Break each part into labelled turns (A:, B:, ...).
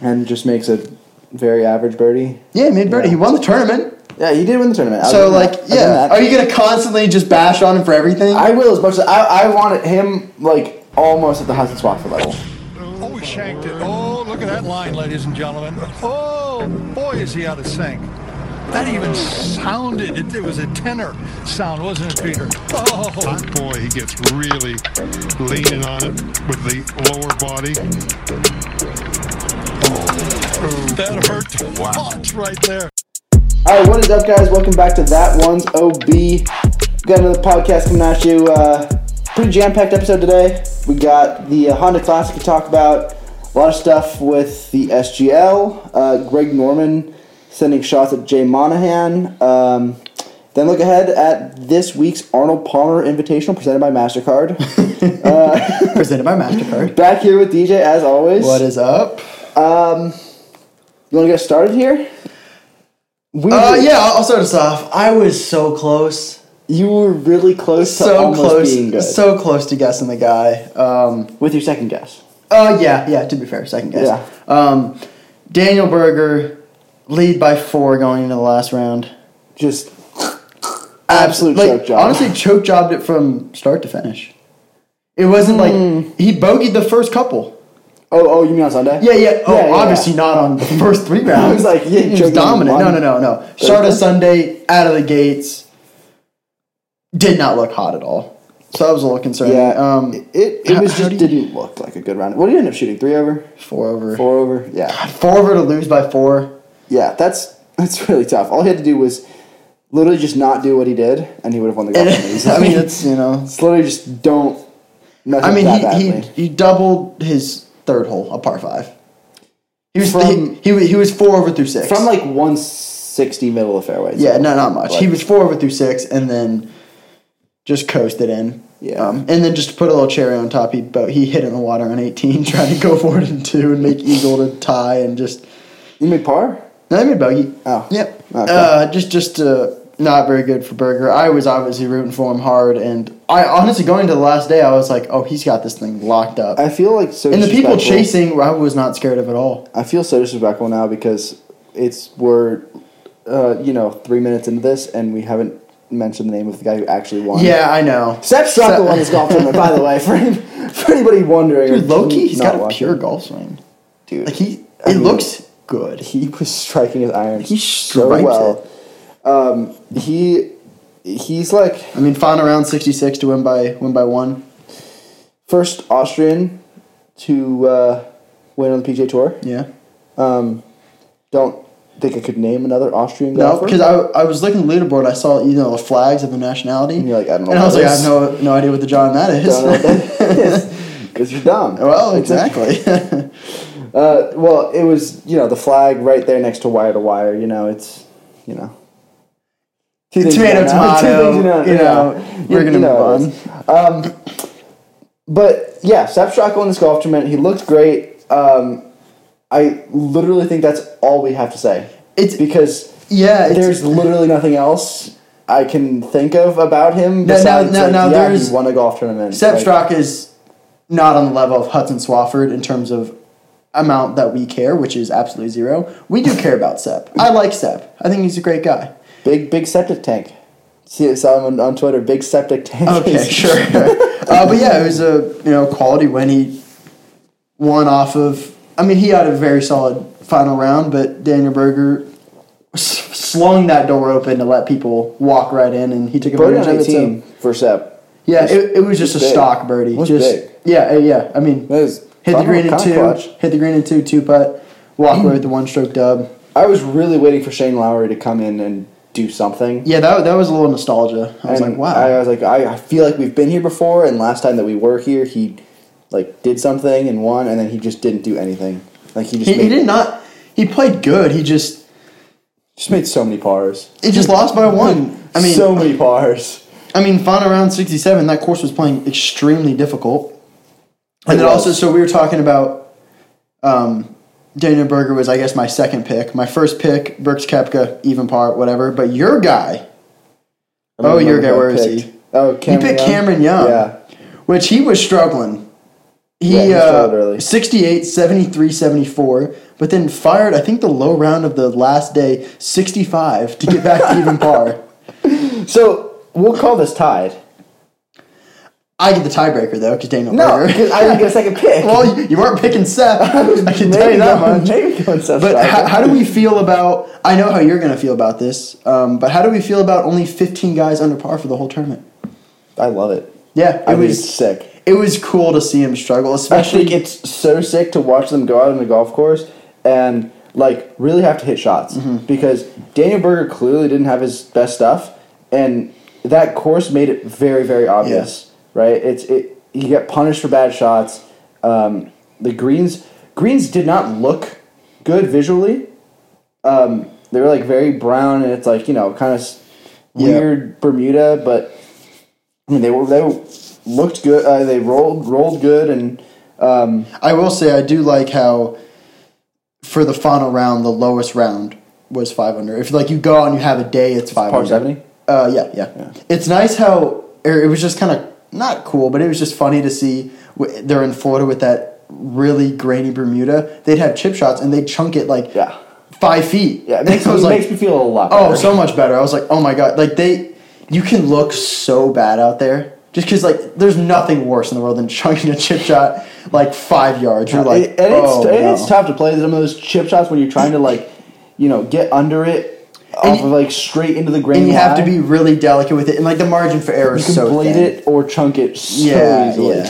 A: and just makes a very average birdie.
B: Yeah, mid birdie.
A: Yeah.
B: He won the tournament.
A: Yeah, he did win the tournament. I'll
B: So
A: give him
B: like,
A: that. I'll give him
B: yeah.
A: that.
B: Are you gonna constantly just bash on him for everything?
A: I will as much as I, I wanted him like almost at the Hudson Swafford level.
C: Oh, he shanked it. Oh, look at that line, ladies and gentlemen. Oh, boy, is he out of sync. That even sounded, it, it was a tenor sound, wasn't it, Peter? Oh,
D: Hot boy, he gets really leaning on it with the lower body.
C: that hurt. Wow. right there.
A: All right, what is up, guys? Welcome back to that one's OB. We got another podcast coming at you. Uh, pretty jam-packed episode today. We got the uh, Honda Classic to talk about. A lot of stuff with the SGL. Uh, Greg Norman sending shots at Jay Monahan. Um, then look ahead at this week's Arnold Palmer Invitational presented by Mastercard.
B: presented by Mastercard.
A: back here with DJ as always.
B: What is up?
A: You want to get started here? We
B: Uh,
A: were-
B: yeah. I'll I'll start us off. I was so close,
A: You were really close to
B: so
A: almost being good.
B: close, so close to guessing the guy. Um,
A: with your second guess.
B: Oh yeah, yeah. To be fair, second guess.
A: Yeah.
B: Um, Daniel Berger lead by four going into the last round.
A: Just absolute
B: like,
A: choke job.
B: Honestly, choke jobbed it from start to finish. It wasn't
A: Hmm.
B: like he bogeyed the first couple.
A: oh, oh, you mean on Sunday?
B: Yeah, yeah. Oh,
A: Yeah, yeah,
B: obviously
A: yeah.
B: not on the first three rounds.
A: I was like, yeah,
B: he was
A: choking
B: dominant. No,
A: one.
B: no, no, no. Start of Sunday, out of the gates. Did not look hot at all. So that was a little concerning.
A: Yeah,
B: Um,
A: it it, it
B: how-
A: was
B: how
A: just
B: do you-
A: didn't look like a good round. What did you end up shooting? Three over,
B: four over. Four.
A: four over. Yeah,
B: over to lose by four.
A: yeah. That's that's really tough. All he had to do was literally just not do what he did, and he would have won the golf. tournament.
B: I mean, it's you know,
A: it's literally just don't. mess
B: I
A: up
B: mean,
A: that
B: he,
A: badly.
B: he he doubled his third hole, a par five. He was
A: From-
B: he, he, was- he was four over through six.
A: from like one sixty middle of fairway.
B: yeah, no, not much.
A: Like-
B: he was four over through six, and then just coasted in.
A: Yeah.
B: Um, and then just to put a little cherry on top, he but he hit in the water on eighteen, trying to go for it in two and make eagle to tie, and just
A: you made par.
B: no, they made bogey.
A: Oh.
B: yep.
A: Okay.
B: Uh, just just uh, not very good for Berger. I was obviously rooting for him hard, and I honestly going to the last day, I was like, oh, he's got this thing locked up.
A: I feel like so.
B: and the people
A: disrespectful.
B: chasing, I was not scared of at all.
A: I feel so disrespectful now because it's we're, uh, you know, three minutes into this and we haven't mentioned the name of the guy who actually won.
B: Yeah, I know.
A: Sepp Straka
B: Sepp-
A: won this golf tournament, by the way. For any, for anybody wondering,
B: Dude, Loki, he's
A: not
B: got a
A: watching.
B: pure golf swing.
A: dude.
B: Like he,
A: I
B: it
A: mean-
B: looks good.
A: he was striking his iron
B: He
A: so
B: stripes
A: well. Um, he he's like
B: I mean, final round sixty six to win by win by one.
A: first Austrian to uh, win on the PGA Tour. Um,
B: Yeah.
A: Don't think I could name another Austrian
B: No,
A: golfer.
B: because I, I was looking at the leaderboard, I saw you know the flags of the nationality.
A: And you're like, I don't know
B: And I
A: what
B: was
A: that
B: like, I
A: is.
B: have no no idea what the John that is.
A: don't know what that is. 'Cause you're dumb.
B: well,
A: It's like-
B: exactly.
A: Uh, well, it was you know the flag right there next to wire to wire. You know, it's you know. Two things you
B: Tomato,
A: don't know. Two things
B: tomato, you
A: yeah.
B: know, we're gonna
A: know
B: move
A: it is. Um, but yeah, Sepp Straka won this golf tournament. He looked great. Um, I literally think that's all we have to say.
B: It's-
A: because
B: yeah, it's,
A: there's literally nothing else I can think of about him.
B: Now- now-
A: Besides,
B: now-
A: like,
B: now
A: yeah,
B: there's-
A: he won a golf tournament.
B: Sepp
A: Like,
B: Straka is not on the level of Hudson Swafford in terms of amount that we care, which is absolutely zero. We do care about Sepp. I like Sepp. I think he's a great guy.
A: Big big septic tank. See someone on Twitter. Big septic tank.
B: Okay,
A: is-
B: sure. uh, but yeah, it was a you know quality win. He won off of. I mean, he had a very solid final round, but Daniel Berger s- slung that door open to let people walk right in, and he took
A: Birdie
B: advantage
A: on
B: of it. So,
A: eighteen for Sep.
B: yeah, it, it was just a
A: big.
B: stock birdie.
A: Was
B: just
A: big.
B: yeah, uh, yeah. I mean,
A: That is
B: hit the
A: kinda-
B: green in
A: kinda
B: two,
A: clutch.
B: hit the green in two, two putt, walk away with the one stroke dub.
A: I was really waiting for Shane Lowry to come in and do something.
B: Yeah, that, that was a little nostalgia. I was
A: And
B: like, wow.
A: I was like, I, I feel like we've been here before, and last time that we were here, he like did something and won, and then he just didn't do anything. Like he just
B: he,
A: made,
B: he did not. He played good. He just
A: just made so many pars.
B: He just lost by one. I mean,
A: so many pars.
B: I mean, final round sixty-seven. That course was playing extremely difficult, and
A: It
B: then
A: was.
B: also, so we were talking about um, Daniel Berger was, I guess, my second pick. My first pick, Brooks Kepka, even par, whatever. But your guy,
A: I don't
B: Oh, your
A: remember
B: guy,
A: who I
B: where is
A: picked.
B: he?
A: Oh, Cameron
B: picked
A: Young?
B: Cameron Young.
A: Yeah,
B: which he was struggling.
A: Yeah,
B: He,
A: he struggled
B: uh,
A: early.
B: 68, 73, 74. but then fired, I think, the low round of the last day, 65, to get back to even par.
A: So we'll call this tied.
B: I get the tiebreaker, though, because Daniel
A: No,
B: Berger.
A: because I didn't get a second pick.
B: well, you, you weren't picking Seth. I can tell you that
A: going-
B: much.
A: Maybe going Seth
B: But
A: Strider.
B: how, how do we feel about? I know how you're going to feel about this, um, but how do we feel about only 15 guys under par for the whole tournament?
A: I love it.
B: Yeah,
A: I
B: it
A: mean,
B: was
A: it's sick.
B: It was cool to see him struggle,
A: Actually,
B: especially
A: it's so sick to watch them go out on the golf course and like really have to hit shots
B: Mm-hmm.
A: because Daniel Berger clearly didn't have his best stuff, and that course made it very very obvious. Right? It's it. You get punished for bad shots. Um, the greens greens did not look good visually. Um, they were like very brown, and it's like you know kind of
B: Yeah.
A: weird Bermuda, but I mean they were they were- looked good. Uh, they rolled rolled good and.
B: I will say I do like how for the final round, the lowest round was five under. If like you go out and you have a day, it's five
A: par
B: under.
A: 70?
B: Uh, yeah, yeah, It's nice how or it was just kind of not cool, but it was just funny to see. w- They're in Florida with that really grainy Bermuda. They'd have chip shots and they would chunk it like
A: Yeah.
B: five feet.
A: Yeah, it makes,
B: I
A: me,
B: was like,
A: makes me feel a lot.
B: Oh,
A: better.
B: so much better. I was like, oh my god, like they, you can look so bad out there just because like there's nothing worse in the world than chunking a chip shot like five yards. You're like,
A: and, and it's,
B: oh,
A: and
B: no.
A: it's tough to play some of those chip shots when you're trying to like, you know, get under it
B: And
A: off
B: you-
A: of like straight into the grain.
B: and you have to
A: line.
B: be really delicate with it, and like the margin for error
A: you
B: is
A: can
B: so
A: blade
B: thin.
A: it or chunk it so
B: yeah,
A: easily.
B: yeah.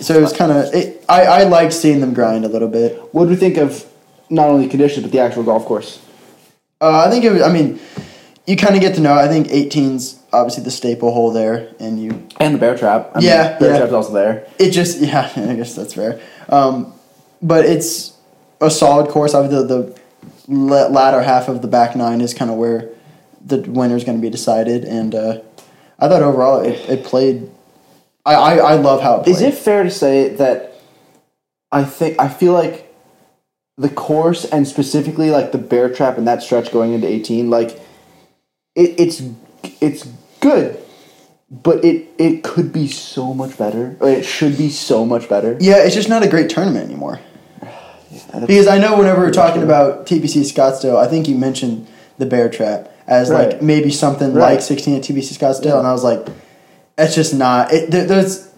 B: So it was kind of. I I like seeing them grind a little bit.
A: What do we think of not only conditions but the actual golf course?
B: Uh, I think it was. I mean, you kind of get to know. I think 18's obviously the staple hole there, and you
A: And the bear trap. I
B: Yeah,
A: bear
B: yeah.
A: trap's also there.
B: it just yeah i guess that's fair um, but it's a solid course obviously the, the la- latter half of the back nine is kind of where the winner's going to be decided and uh, i thought overall it, it played I, I, I love how it played.
A: Is it fair to say that I think I feel like the course and specifically like the bear trap and that stretch going into 18 like it, it's it's good but it it could be so much better or it should be so much better
B: yeah it's just not a great tournament anymore because i know whenever we were talking about tbc scottsdale i think you mentioned the bear trap as
A: Right.
B: like maybe something
A: Right.
B: like 16 at tbc scottsdale and i was like that's just not it there, there's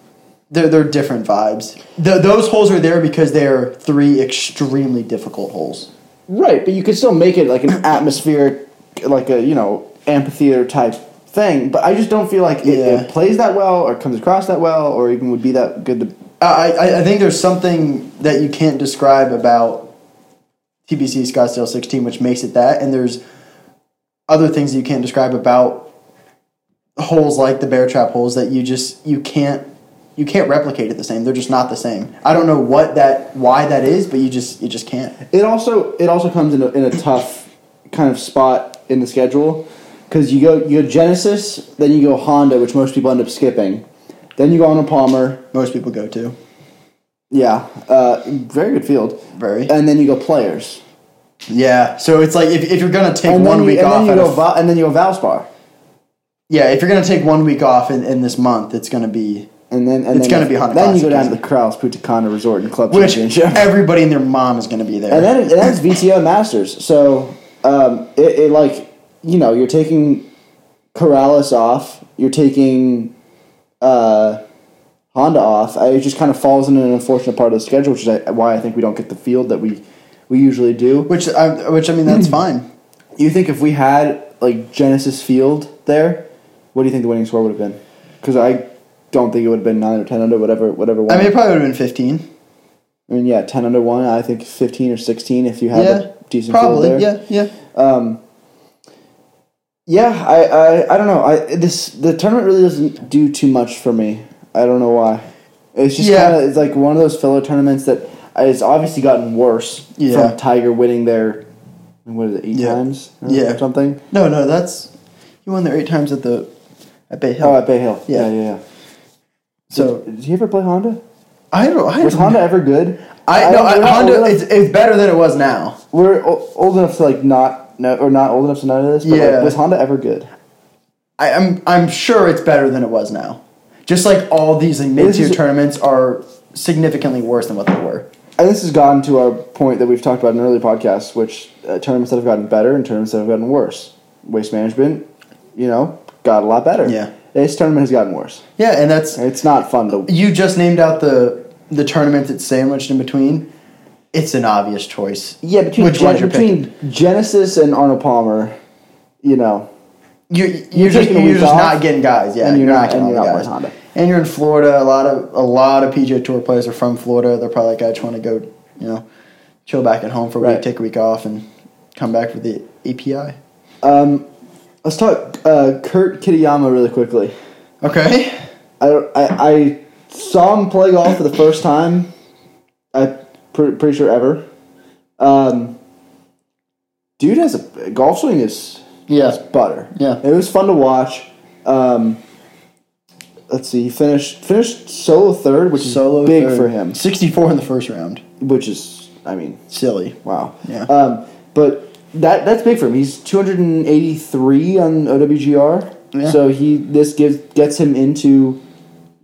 B: they're, they're different vibes. Th those holes are there because they are three extremely difficult holes.
A: right but you could still make it like an atmospheric like a you know amphitheater type thing but i just don't feel like it,
B: Yeah.
A: it plays that well or comes across that well or even would be that good to
B: I, I, I think there's something that you can't describe about TBC Scottsdale 16, which makes it that, and there's other things that you can't describe about holes like the bear trap holes that you just you can't you can't replicate it the same. They're just not the same. I don't know what that why that is, but you just you just can't.
A: It also it also comes in a, in a tough kind of spot in the schedule because you go you go Genesis, then you go Honda, which most people end up skipping. Then you go on to Palmer,
B: Most people go to
A: yeah, uh, very good field,
B: Very.
A: and then you go Players,
B: yeah. So it's like if, if you're gonna take
A: and
B: one
A: then you,
B: week
A: and
B: off,
A: then you
B: out
A: go
B: of-
A: Va- and then you go Valspar,
B: yeah, if you're gonna take one week off in, in this month, it's gonna be
A: and then and
B: It's
A: then
B: gonna be Honda
A: Then you
B: Classic,
A: go down to
B: isn't
A: the Kraus Putacana Resort and Club
B: which
A: Championship,
B: everybody and their mom is gonna be there.
A: and then it, and then it's VTO Masters. So um, it, it like you know you're taking Corrales off, you're taking uh, Honda off. I, it just kind of falls in an unfortunate part of the schedule, which is I- why I think we don't get the field that we we usually do.
B: Which I, which I mean, that's fine.
A: You think if we had like Genesis Field there, what do you think the winning score would have been? Because I don't think it would have been nine or ten under whatever whatever. One.
B: I mean, it probably would have been fifteen.
A: I mean, yeah, ten under one. I think fifteen or sixteen if you had
B: Yeah,
A: a decent
B: probably.
A: field there.
B: Yeah, yeah.
A: Yeah, I, I, I don't know. I this the tournament really doesn't do too much for me. I don't know why. It's just
B: Yeah.
A: kind of it's like one of those filler tournaments that it's obviously gotten worse
B: Yeah.
A: from Tiger winning there. What is it? Eight
B: Yeah.
A: times? Or
B: Yeah.
A: something.
B: No, no, that's you won there eight times at the at Bay Hill.
A: Oh, at Bay Hill. Yeah,
B: Yeah.
A: yeah, yeah.
B: so
A: Did he ever play Honda?
B: I don't. I
A: Was
B: don't
A: Honda
B: know.
A: ever good?
B: I no.
A: don't-
B: I,
A: we're not
B: Honda.
A: old
B: It's,
A: enough-
B: it's better than it was now.
A: we're o- old enough to like not know, or not old enough to know this. But
B: Yeah.
A: like, was Honda ever good?
B: I, I'm I'm sure it's better than it was now. Just like all these like, mid tier
A: is-
B: tournaments are significantly worse than what they were.
A: and this has gotten to our point that we've talked about in earlier podcasts, which uh, tournaments that have gotten better and tournaments that have gotten worse. Waste management, you know, got a lot better.
B: Yeah.
A: This tournament has gotten worse.
B: Yeah, and that's
A: It's not fun to.
B: you just named out the the tournament that's sandwiched in between. It's an obvious choice.
A: Yeah, between,
B: Which
A: Gen-
B: one's your
A: between Genesis and Arnold Palmer, you know,
B: You're, you're, just,
A: taking a
B: you're
A: week
B: just
A: off,
B: not getting guys. Yeah,
A: and you're
B: you're,
A: not-
B: not, getting
A: and
B: all
A: you're not
B: the guys.
A: with Honda.
B: And you're in Florida. A lot of a lot of PGA Tour players are from Florida. They're probably like, I just want to go, you know, chill back at home for a
A: Right.
B: week, take a week off, and come back for the API.
A: let's talk uh, Kurt Kitayama really quickly.
B: Okay.
A: I, don't- I, I saw him play golf for the first time. I pre- pretty sure ever. Um, dude has a golf swing is
B: Yeah.
A: is butter.
B: Yeah.
A: it was fun to watch. Um, let's see, he finished finished solo third, which
B: Solo
A: is big
B: third.
A: for him.
B: 64 in the first round.
A: Which is, I mean,
B: Silly.
A: wow.
B: Yeah.
A: Um, but that that's big for him. He's 283 on OWGR.
B: Yeah.
A: So he this gives gets him into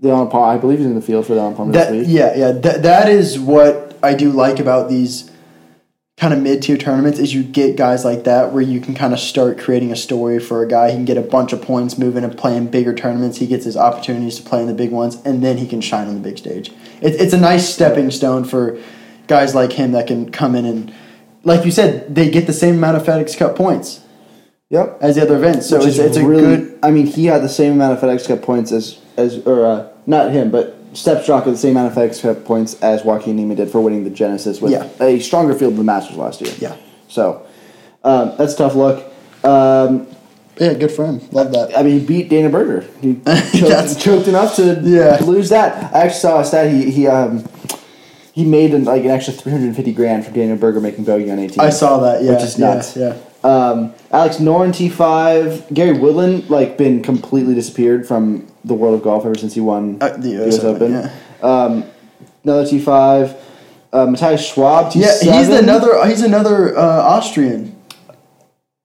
A: the on par. I believe he's in the field for the on par this
B: That,
A: week.
B: yeah, yeah. That, that is what I do like about these kind of mid tier tournaments is you get guys like that where you can kind of start creating a story for a guy. He can get a bunch of points moving and playing bigger tournaments. He gets his opportunities to play in the big ones, and then he can shine on the big stage. It, it's a nice stepping stone for guys like him that can come in and, like you said, they get the same amount of FedEx Cup points
A: Yep.
B: as the other events. So
A: Which
B: it's,
A: is
B: it's a
A: really,
B: good.
A: I mean, he had the same amount of FedEx Cup points as as or uh, not him, but Stepstrock had the same amount of FedEx Cup points as Joaquin Neiman did for winning the Genesis with
B: Yeah.
A: a stronger field than the Masters last year.
B: Yeah.
A: So um, that's tough luck. Um,
B: Yeah, good for him. Love that.
A: I mean, he beat Dana Berger. He
B: That's-
A: choked, choked enough to
B: Yeah.
A: lose that. I actually saw a stat. He he um he made an, like an extra three hundred and fifty grand from Dana Berger making bogey on eighteen.
B: I saw that. Yeah,
A: Which is
B: yeah,
A: nuts.
B: Yeah.
A: Um, Alex Noren T five. Gary Woodland like been completely disappeared from the world of golf ever since he won
B: Uh, the US Open,
A: Um, another T five. Uh, Matthias Schwab. T
B: Yeah,
A: seven.
B: he's another. He's another uh, Austrian.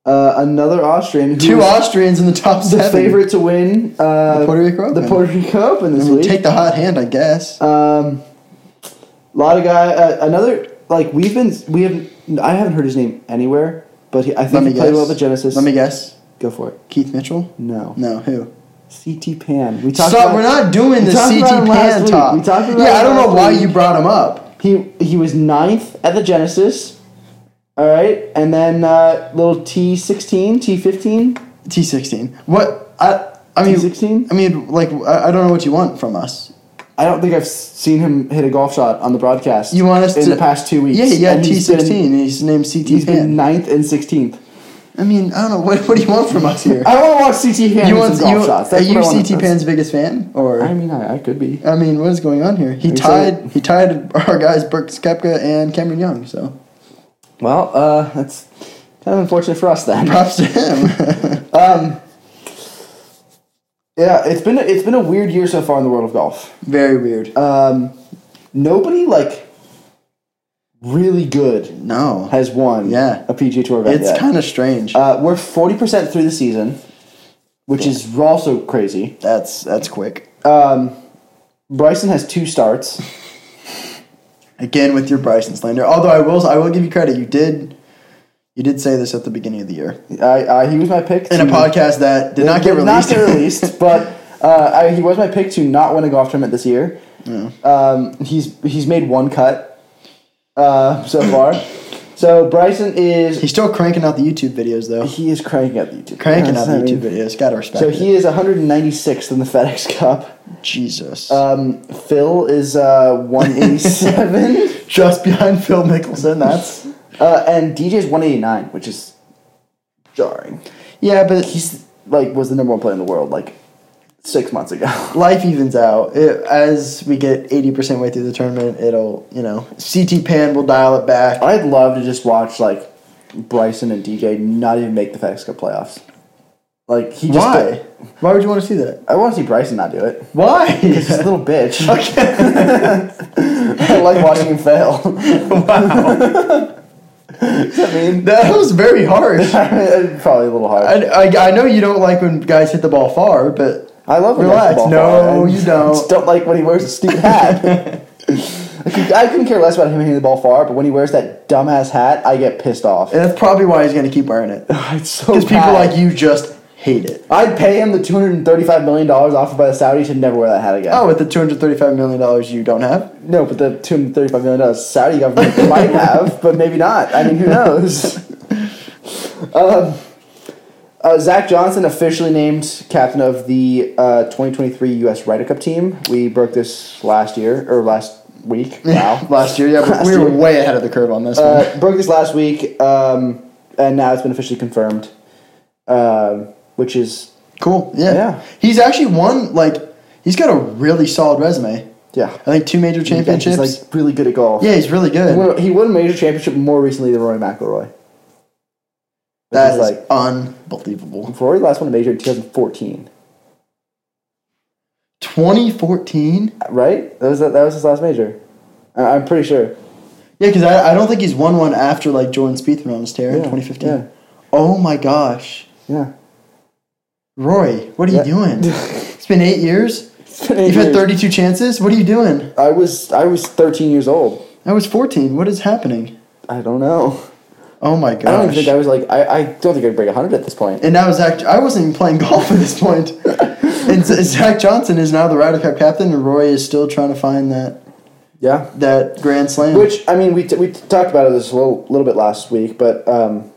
A: uh, another Austrian. who
B: Two
A: was
B: Austrians in the top
A: The
B: seven.
A: favorite to win uh,
B: Puerto Rico
A: The
B: Open.
A: Puerto Rico Open
B: I
A: this
B: mean,
A: week.
B: take the hot hand, I guess.
A: Um, a lot of guy. Uh, another like we've been we have I haven't heard his name anywhere, but he, I
B: Let
A: think
B: me
A: he played
B: guess.
A: well at Genesis.
B: Let me guess.
A: go for it.
B: Keith Mitchell.
A: No,
B: No, who?
A: CT Pan. We
B: So
A: talked. about,
B: we're not doing
A: we
B: the
A: talked about
B: CT
A: him last
B: Pan
A: week.
B: top.
A: We talked about
B: yeah, I
A: him
B: don't know
A: last
B: why
A: week.
B: you brought him up.
A: He he was ninth at the Genesis. All right, and then uh, little T sixteen, T fifteen.
B: T sixteen. What? I. I mean.
A: T16?
B: I mean, like, I, I don't know what you want from us.
A: I don't think I've s- seen him hit a golf shot on the broadcast.
B: You want us
A: in
B: to
A: the past two weeks?
B: Yeah, yeah.
A: and
B: T
A: he's been-
B: sixteen. He's named CT
A: He's
B: Pan.
A: been ninth and sixteenth.
B: I mean, I don't know. What, what do you want from us here?
A: I want to watch CT Pan hit
B: you want?
A: some golf
B: you,
A: shots.
B: are
A: That's
B: you
A: what I wanna-
B: CT Pan's biggest fan, or
A: I mean, I, I could be.
B: I mean, what is going on here? He
A: He's
B: tied he tied our guys Brooks Kepka and Cameron Young, so
A: Well, uh, that's kind of unfortunate for us then.
B: props to him.
A: Yeah, it's been a, it's been a weird year so far in the world of golf.
B: Very weird.
A: Um, nobody like really good
B: no.
A: has won
B: Yeah.
A: a PGA Tour event.
B: it's kind of strange.
A: uh, we're forty percent through the season, which is also crazy. Um,
B: that's that's quick.
A: Bryson has two starts.
B: Again with your Bryson slander. Although I will I will give you credit. You did you did say this at the beginning of the year
A: I, I he was my pick
B: in a
A: to-
B: podcast that did not get
A: Did
B: released.
A: Not get released, but uh, I, he was my pick to not win a golf tournament this year. Um, he's he's made one cut uh, so far. so Bryson
B: He's
A: is
B: still cranking out the YouTube videos though.
A: he is cranking out the YouTube.
B: Cranking out the
A: I mean,
B: YouTube videos. Gotta respect
A: So
B: it.
A: he is 196th in the FedEx Cup.
B: Jesus.
A: Um, Phil is uh, 187,
B: Just behind Phil Mickelson. That's
A: uh, and DJ is 189, which is jarring.
B: yeah, but
A: He's like was the number one player in the world like six months ago.
B: life evens out. It, as we get 80% way through the tournament, it'll, you know, CT Pan will dial it back.
A: I'd love to just watch like Bryson and DJ not even make the FedEx Cup playoffs. Like he just
B: Why? Why would you want to see that?
A: I want to see Bryson not do it. He's
B: Why?
A: a little bitch. I like watching him fail. I mean, uh,
B: that was very harsh. I,
A: probably a little hard.
B: I, I know you don't like when guys hit the ball far, but
A: I love when
B: Relax.
A: that's the ball
B: No,
A: fly. I
B: you don't.
A: Just don't like when he wears a stupid hat. I could- I couldn't care less about him hitting the ball far, but when he wears that dumbass hat, I get pissed off.
B: And that's probably why he's going to keep wearing it.
A: It's so
B: Because people
A: bad.
B: like you just hate it.
A: I'd pay him the two hundred and thirty-five million dollars offered by the Saudis to never wear that hat again.
B: Oh, with the $235 million you don't have?
A: no, but the two hundred thirty-five million dollars Saudi government might have, but maybe not. I mean, who knows? um, uh, Zach Johnson officially named captain of the uh, twenty twenty-three U.S. Ryder Cup team. We broke this last year or last week. Wow,
B: Last year, yeah, but
A: Last
B: we were
A: year.
B: way ahead of the curve on this one.
A: uh, broke this last week, um, and now it's been officially confirmed, Um which is
B: Cool. Yeah.
A: yeah.
B: He's actually won, like, he's got a really solid resume.
A: yeah.
B: I think two major
A: And
B: Uh, championships.
A: He's like really good at golf.
B: yeah, he's really
A: He
B: good.
A: won, he won a major championship more recently than Rory McIlroy.
B: That is
A: is like-
B: unbelievable.
A: Rory last won a major in 2014,
B: 2014?
A: right? That was that was his last major. I- I'm pretty sure.
B: Yeah, because I, I don't think he's won one after, like, Jordan Spieth went on his tear in
A: Yeah,
B: 2015.
A: yeah.
B: Oh my gosh.
A: Yeah,
B: Roy, what are
A: Yeah.
B: you doing? it's been eight years.
A: been eight
B: You've had
A: years.
B: 32 chances. What are you doing?
A: I was I was 13 years old.
B: I was 14. What is happening?
A: I don't know.
B: Oh my
A: I don't even
B: gosh.
A: think I was like I, I don't think I'd break 100 at this point.
B: and now Zach, I wasn't even playing golf at this point. and Z- Zach Johnson is now the Ryder Cup captain, and Roy is still trying to find that
A: Yeah.
B: that Grand Slam.
A: Which I mean, we, t- we talked about it this a little, little bit last week, but um,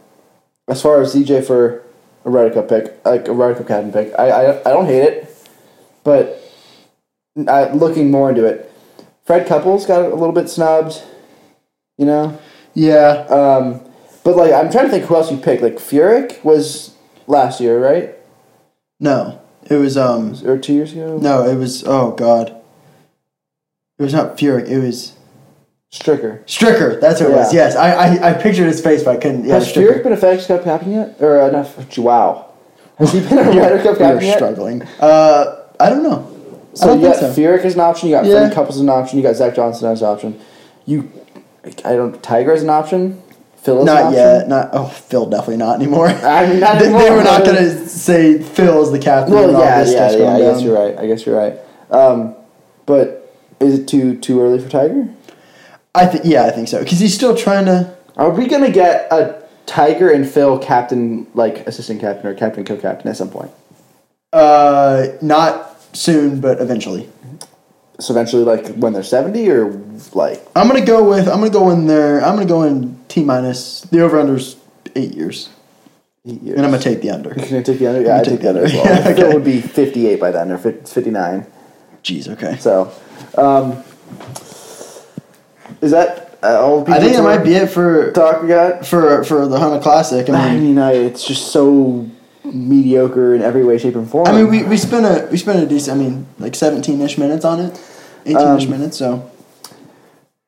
A: as far as DJ for a Ryder Cup pick, like a Ryder Cup captain pick, I, I I don't hate it, but I, looking more into it, Fred Couples got a little bit snubbed, you know.
B: yeah,
A: Um, but like, I'm trying to think who else you picked. Like Furyk was last year, right,
B: no, it was um,
A: or two years ago?
B: no, it was oh god, it was not Furyk, it was
A: Stricker.
B: Stricker. That's what it was.
A: Yeah.
B: Yes, I, I I pictured his face, but I couldn't. Yeah,
A: Has Furyk been a FedEx Cup captain yet, or uh, not? Wow. Has he been a Ryder Cup
B: We
A: captain
B: are
A: yet?
B: struggling. Uh, I don't know. I
A: So
B: don't
A: you got
B: think so.
A: Furyk as an option. You got
B: Yeah.
A: Freddie Couples as an option. You got Zach Johnson as an option. You, I don't. Tiger as an option. Phil as an
B: Not
A: option.
B: yet. Not oh, Phil definitely not anymore.
A: I mean, not
B: they, they
A: anymore,
B: were not
A: but-
B: gonna say Phil is the captain.
A: Well,
B: and all
A: yeah,
B: this
A: yeah,
B: stuff's
A: yeah.
B: going
A: I guess
B: down.
A: you're right. I guess you're right. Um, but is it too too early for Tiger?
B: I think yeah, I think so because he's still trying to.
A: Are we gonna get a Tiger and Phil captain, like assistant captain or captain co-captain at some point?
B: Uh, not soon, but eventually.
A: So eventually, like when they're seventy, or like
B: I'm gonna go with I'm gonna go in there. I'm gonna go in T minus. The over unders eight years,
A: eight years.
B: and I'm gonna take the under.
A: You're gonna take the other. Yeah, I
B: gonna
A: take the other as well.
B: Yeah,
A: Phil
B: okay.
A: would be fifty-eight by then, or fifty-nine.
B: Jeez, okay.
A: So, um, is that uh, all?
B: I think
A: people
B: that might be it for
A: Talk we got.
B: for for the Hunter Classic. I
A: I
B: mean,
A: mean, I, it's just so mediocre in every way, shape, and form.
B: I mean, we, we spent a we spent a decent. I mean, like seventeen ish minutes on it, eighteen
A: Um,
B: ish minutes. So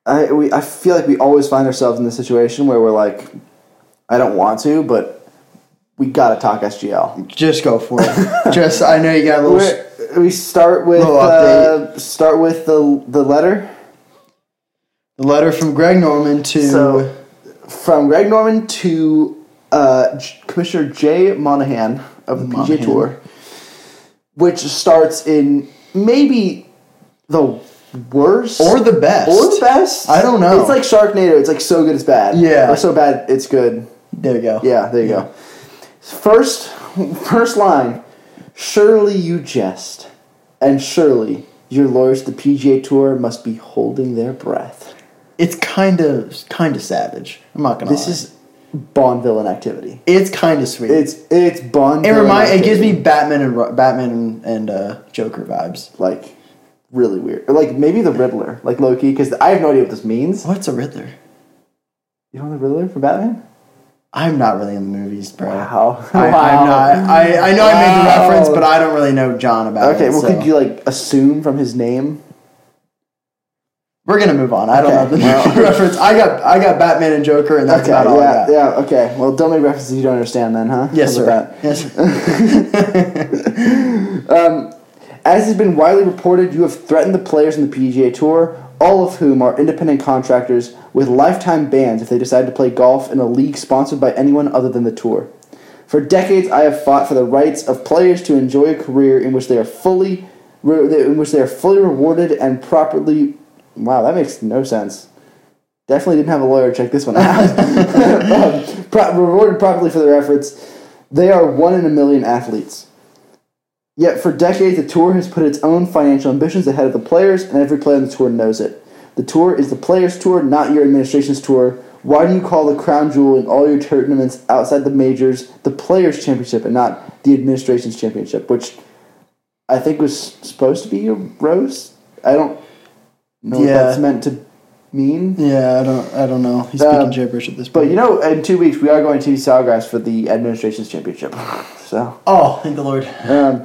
A: I we, I feel like we always find ourselves in this situation where we're like, I don't want to, but we gotta talk SGL.
B: just go for it. just I know you got a little.
A: We're, we start with
B: Little update.
A: uh, start with the the letter.
B: The letter from Greg Norman to
A: So, from Greg Norman to uh, J- Commissioner Jay Monahan of the PGA
B: Monahan.
A: Tour, which starts in maybe the worst
B: or the best
A: or the best.
B: I don't know.
A: It's like Sharknado. It's like so good it's bad.
B: Yeah.
A: Or so bad it's good.
B: There you go.
A: Yeah. There you go. First, first line. Surely you jest, and surely your lawyers, at the PGA Tour, must be holding their breath.
B: It's kind of kind of savage. I'm not gonna.
A: This
B: lie.
A: is Bond villain activity.
B: it's kind of sweet.
A: It's it's Bond.
B: it
A: villain
B: remind it gives me
A: activity.
B: Batman and Ro- Batman and, and uh, Joker vibes.
A: like really weird. Or, like maybe the Riddler, like Loki, because I have no idea what this means.
B: What's a Riddler?
A: You know the Riddler from Batman?
B: I'm not really in the movies, bro.
A: Wow.
B: I,
A: Wow.
B: I'm not. I, I know I made the
A: Wow.
B: reference, but I don't really know John about
A: Okay,
B: it.
A: well,
B: so.
A: could you like assume from his name?
B: We're gonna move on. I don't
A: Okay.
B: know the
A: Well-
B: reference. I got I got Batman and Joker, and that's
A: Okay,
B: about all I
A: yeah,
B: got.
A: yeah, okay. Well, don't make references you don't understand, then, huh?
B: Yes,
A: How
B: sir.
A: about that?
B: Yes.
A: As has been widely reported, you have threatened the players in the PGA Tour, all of whom are independent contractors, with lifetime bans if they decide to play golf in a league sponsored by anyone other than the Tour. For decades, I have fought for the rights of players to enjoy a career in which they are fully, re- in which they are fully rewarded and properly Wow, that makes no sense. Definitely didn't have a lawyer check this one out. um, pro- rewarded properly for their efforts. They are one in a million athletes. Yet for decades, the tour has put its own financial ambitions ahead of the players, and every player on the tour knows it. The tour is the players' tour, not your administration's tour. Why do you call the crown jewel in all your tournaments outside the majors the players' championship and not the administration's championship, which I think was supposed to be a rose? I don't know what
B: Yeah.
A: that's meant to mean.
B: Yeah, I don't. I don't know. He's speaking
A: Um,
B: gibberish at this point.
A: But you know, in two weeks we are going to Sawgrass for the administration's championship. So,
B: oh, thank the Lord.
A: um,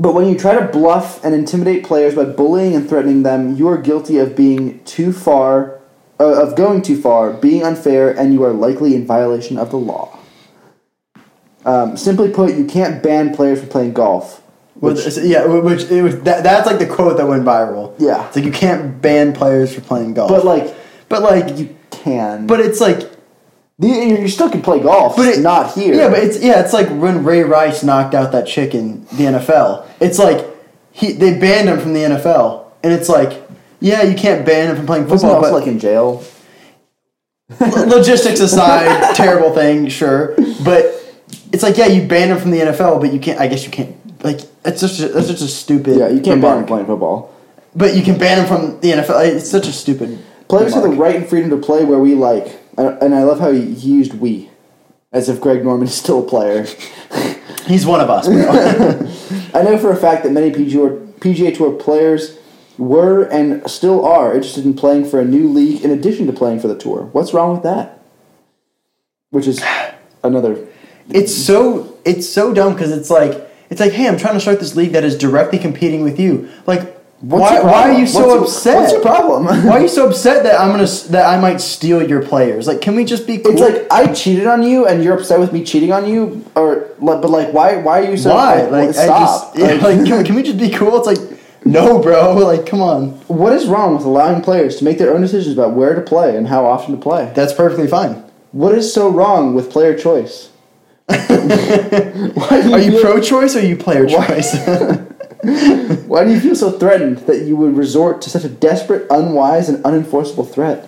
A: but when you try to bluff and intimidate players by bullying and threatening them, you are guilty of being too far, uh, of going too far, being unfair, and you are likely in violation of the law. Um, simply put, you can't ban players from playing golf.
B: Which, yeah, which it was, that, that's like the quote that went viral.
A: Yeah.
B: it's like you can't ban players for playing golf.
A: But like,
B: but like, you,
A: you can.
B: but it's like,
A: you, you still can play golf,
B: but
A: but
B: it,
A: not here.
B: Yeah, but it's yeah, it's like when Ray Rice knocked out that chick in the NFL. It's like he they banned him from the NFL, and it's like, yeah, you can't ban him from playing
A: Wasn't
B: football.
A: also,
B: But
A: like in jail.
B: logistics aside, terrible thing, sure. But it's like, yeah, you ban him from the NFL, but you can't. I guess you can't. Like, it's just a, that's just a stupid.
A: Yeah, you can't ban
B: remark.
A: them playing football.
B: But you can ban him from the NFL. Like, It's such a stupid.
A: Players have the
B: remark.
A: right and freedom to play where we like, and and I love how he he used "we," as if Greg Norman is still a player.
B: He's one of us. Bro.
A: I know for a fact that many PGA, PGA Tour players were and still are interested in playing for a new league in addition to playing for the tour. What's wrong with that? Which is another.
B: it's so it's so dumb because it's like it's like, hey, I'm trying to start this league that is directly competing with you. Like, why,
A: your
B: why are
A: problem?
B: you so
A: What's your-
B: upset?
A: what's your problem?
B: why are you so upset that I'm gonna s- that I might steal your players? Like, can we just be? Cool?
A: It's like I cheated on you, and you're upset with me cheating on you, or like, but like, why? Why are you so?
B: why?
A: Like,
B: Like, I
A: stop.
B: just yeah, like, can, can we just be cool? It's like, no, bro. Like, come on.
A: what is wrong with allowing players to make their own decisions about where to play and how often to play?
B: That's perfectly fine.
A: What is so wrong with player choice? why do you
B: Are you
A: feel,
B: pro-choice or are you player choice?
A: Why do you feel so threatened that you would resort to such a desperate, unwise, and unenforceable threat?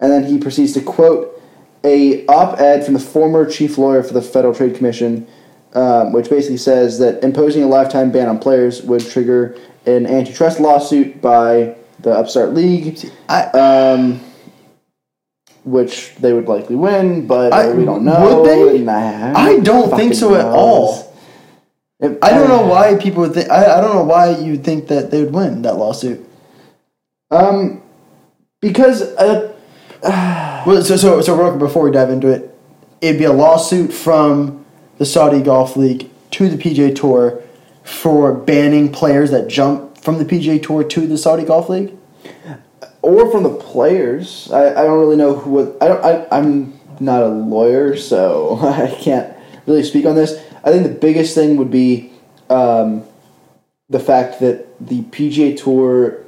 A: And then he proceeds to quote a op-ed from the former chief lawyer for the Federal Trade Commission, um, which basically says that imposing a lifetime ban on players would trigger an antitrust lawsuit by the upstart league, um,
B: I,
A: which they would likely win, but
B: I-
A: we don't know.
B: would they?
A: and
B: I don't
A: fucking
B: think so at
A: knows.
B: all.
A: It-
B: I don't know why people would think. I, I don't know why you would think that they would win that lawsuit.
A: Um, Because uh,
B: Well, so so so real quick before we dive into it, it'd be a lawsuit from the Saudi Golf League to the PJ Tour for banning players that jump from the PJ Tour to the Saudi Golf League.
A: or from the players, I, I don't really know who. What, I don't. I, I'm not a lawyer, so I can't really speak on this. I think the biggest thing would be um, the fact that the PGA Tour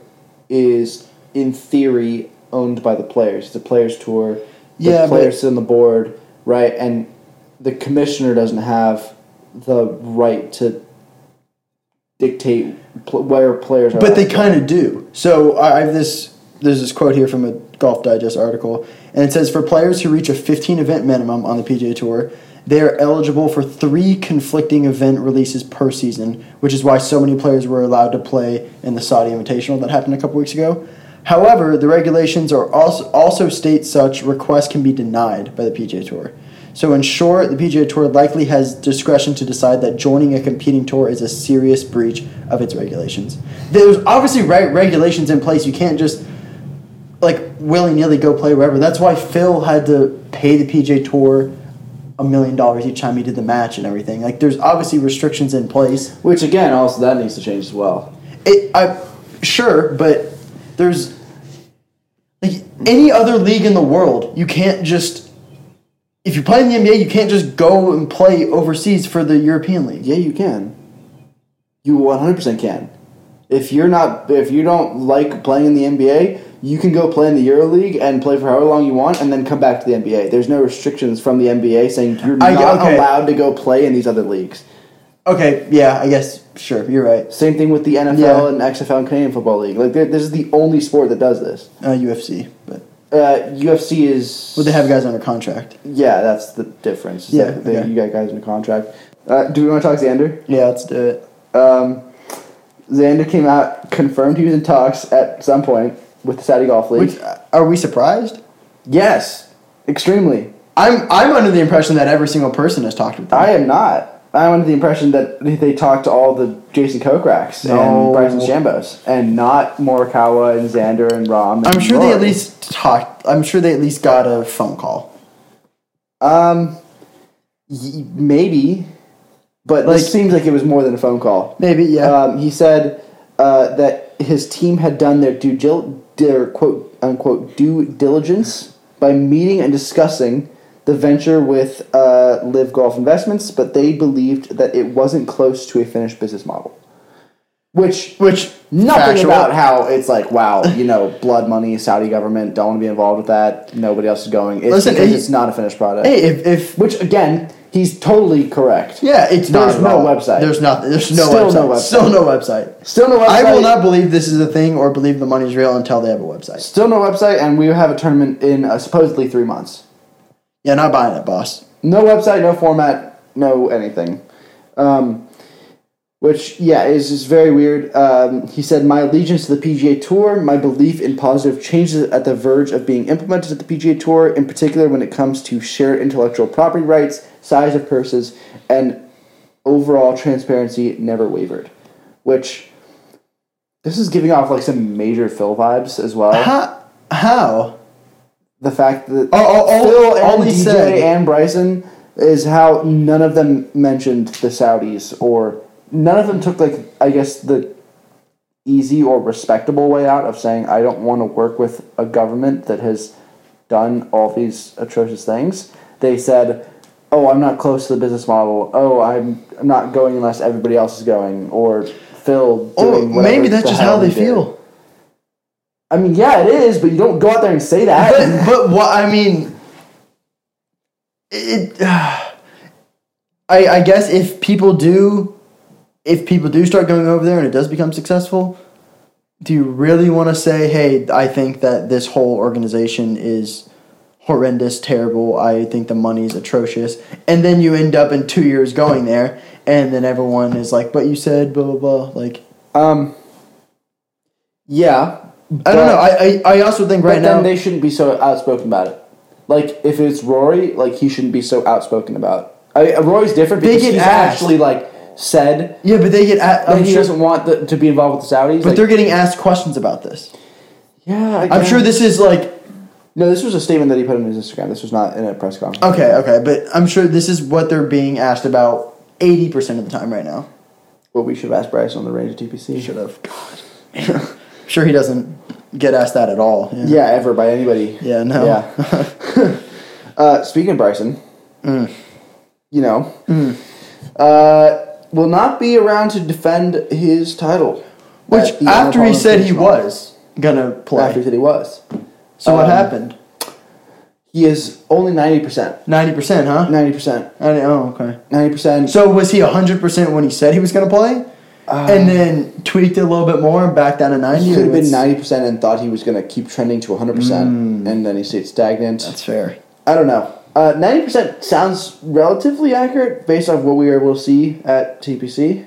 A: is, in theory, owned by the players. It's a players' tour. The
B: Yeah, but-
A: players sit on the board, right? And the commissioner doesn't have the right to dictate pl- where players are.
B: But
A: at.
B: they kind of do. So I I have this. There's this quote here from a Golf Digest article, and it says for players who reach a 15 event minimum on the PGA Tour, they are eligible for three conflicting event releases per season, which is why so many players were allowed to play in the Saudi Invitational that happened a couple weeks ago. However, the regulations are also also state such requests can be denied by the PGA Tour. So in short, the PGA Tour likely has discretion to decide that joining a competing tour is a serious breach of its regulations. There's obviously right regulations in place. You can't just like willy nilly go play wherever. That's why Phil had to pay the PGA Tour a million dollars each time he did the match and everything. Like there's obviously restrictions in place.
A: Which again, also that needs to change as well.
B: It, I sure, but there's like any other league in the world, you can't just if you play in the NBA, you can't just go and play overseas for the European League.
A: Yeah, you can. You one hundred percent can. If you're not, if you don't like playing in the NBA, you can go play in the EuroLeague and play for however long you want, and then come back to the NBA. There's no restrictions from the NBA saying you're
B: I-
A: not
B: okay.
A: allowed to go play in these other leagues.
B: Okay, yeah, I guess sure, you're right.
A: Same thing with the NFL
B: Yeah.
A: and XFL and Canadian Football League. Like th- this is the only sport that does this.
B: Uh, UFC, but
A: Uh, UFC is.
B: would they have guys under contract?
A: Yeah, that's the difference. is
B: Yeah,
A: that they-
B: okay.
A: you got guys in a contract. Uh, do we want to talk Xander?
B: Yeah, let's do it.
A: Um, Xander came out, confirmed he was in talks at some point with the Saudi Golf League.
B: Which uh, are we surprised?
A: yes, extremely.
B: I'm I'm under the impression that every single person has talked with them.
A: I am not. I'm under the impression that they talked to all the Jason Kokrak's
B: No.
A: and Bryson Chambos and not Morikawa and Xander and Rom. And
B: I'm sure they at
A: Rory.
B: least talked. I'm sure they at least got a phone call.
A: Um, y- maybe, but
B: Like-
A: this seems like it was more than a phone call.
B: Maybe, yeah.
A: Um, he said uh, that his team had done their due dil- their quote unquote due diligence by meeting and discussing the venture with uh, Live Golf Investments, but they believed that it wasn't close to a finished business model. Which
B: Which
A: nothing
B: factual.
A: about how it's like wow you know blood money Saudi government don't want to be involved with that nobody else is going it's
B: Listen,
A: because
B: he-
A: it's not a finished product
B: Hey, if, if
A: which again, he's totally correct.
B: yeah, it's not
A: There's
B: at
A: no
B: all.
A: website.
B: There's nothing. There's no
A: Still
B: website.
A: no website.
B: Still no website.
A: Still no website.
B: I will not believe this is a thing or believe the money's real until they have a website.
A: Still no website, and we have a tournament in uh, supposedly three months.
B: Yeah, not buying it, boss.
A: No website, no format, no anything. Um, which yeah is just very weird. Um, he said, "My allegiance to the PGA Tour, my belief in positive changes at the verge of being implemented at the PGA Tour, in particular when it comes to shared intellectual property rights, size of purses, and overall transparency, never wavered." Which this is giving off like some major Phil vibes as well.
B: How? How?
A: the fact that
B: Uh-huh. oh, oh,
A: Phil
B: all
A: and
B: he
A: DJ
B: said-
A: and Bryson is how none of them mentioned the Saudis or none of them took like I guess the easy or respectable way out of saying I don't want to work with a government that has done all these atrocious things. They said, "Oh, I'm not close to the business model. Oh, I'm I'm not going unless everybody else is going." Or Phil. Doing
B: Oh,
A: whatever
B: maybe that's
A: the
B: just
A: hell
B: how they
A: he did.
B: feel.
A: I mean, yeah, it is, but you don't go out there and say that.
B: but but what I mean, it. I I guess if people do, if people do start going over there and it does become successful, do you really want to say, hey, I think that this whole organization is horrendous, terrible. I think the money's atrocious, and then you end up in two years going there, and then everyone is like, but you said blah blah blah. Like
A: Um. Yeah,
B: I don't know. I I, I also think
A: but
B: right
A: then
B: now
A: they shouldn't be so outspoken about it. Like if it's Rory, like he shouldn't be so outspoken about. It. I, Rory's different
B: They
A: because
B: get
A: he's
B: asked.
A: actually like said
B: yeah, but they get. At,
A: that
B: I'm
A: he
B: sure,
A: doesn't want the, to be involved with the Saudis.
B: but they're getting asked questions about this.
A: yeah. I
B: I'm
A: guess.
B: sure this is like
A: No, this was a statement that he put on his Instagram. This was not in a press conference.
B: okay, okay, but I'm sure this is what they're being asked about eighty percent of the time right now.
A: What we should have asked Bryce on the range of TPC.
B: Should have. God, I'm sure he doesn't get asked that at all.
A: Yeah, ever by anybody.
B: Yeah, no.
A: Yeah. uh, speaking of Bryson,
B: Mm.
A: you know, uh, will not be around to defend his title.
B: Which
A: at the
B: after he
A: Arnold
B: said he
A: Invitational.
B: was gonna play,
A: After he said he was.
B: so what
A: um,
B: happened?
A: He is only 90%.
B: Ninety percent, huh?
A: 90%.
B: I don't- oh, okay.
A: 90%.
B: So was he hundred percent when he said he was gonna play, and then tweaked it a little bit more and back down to ninety?
A: he
B: or
A: could have Uh, been
B: what's-
A: 90% and thought he was going to keep trending to 100%, and then he stayed stagnant.
B: Mm. That's fair.
A: I don't know. Uh, 90% sounds relatively accurate based off what we were able to see at TPC.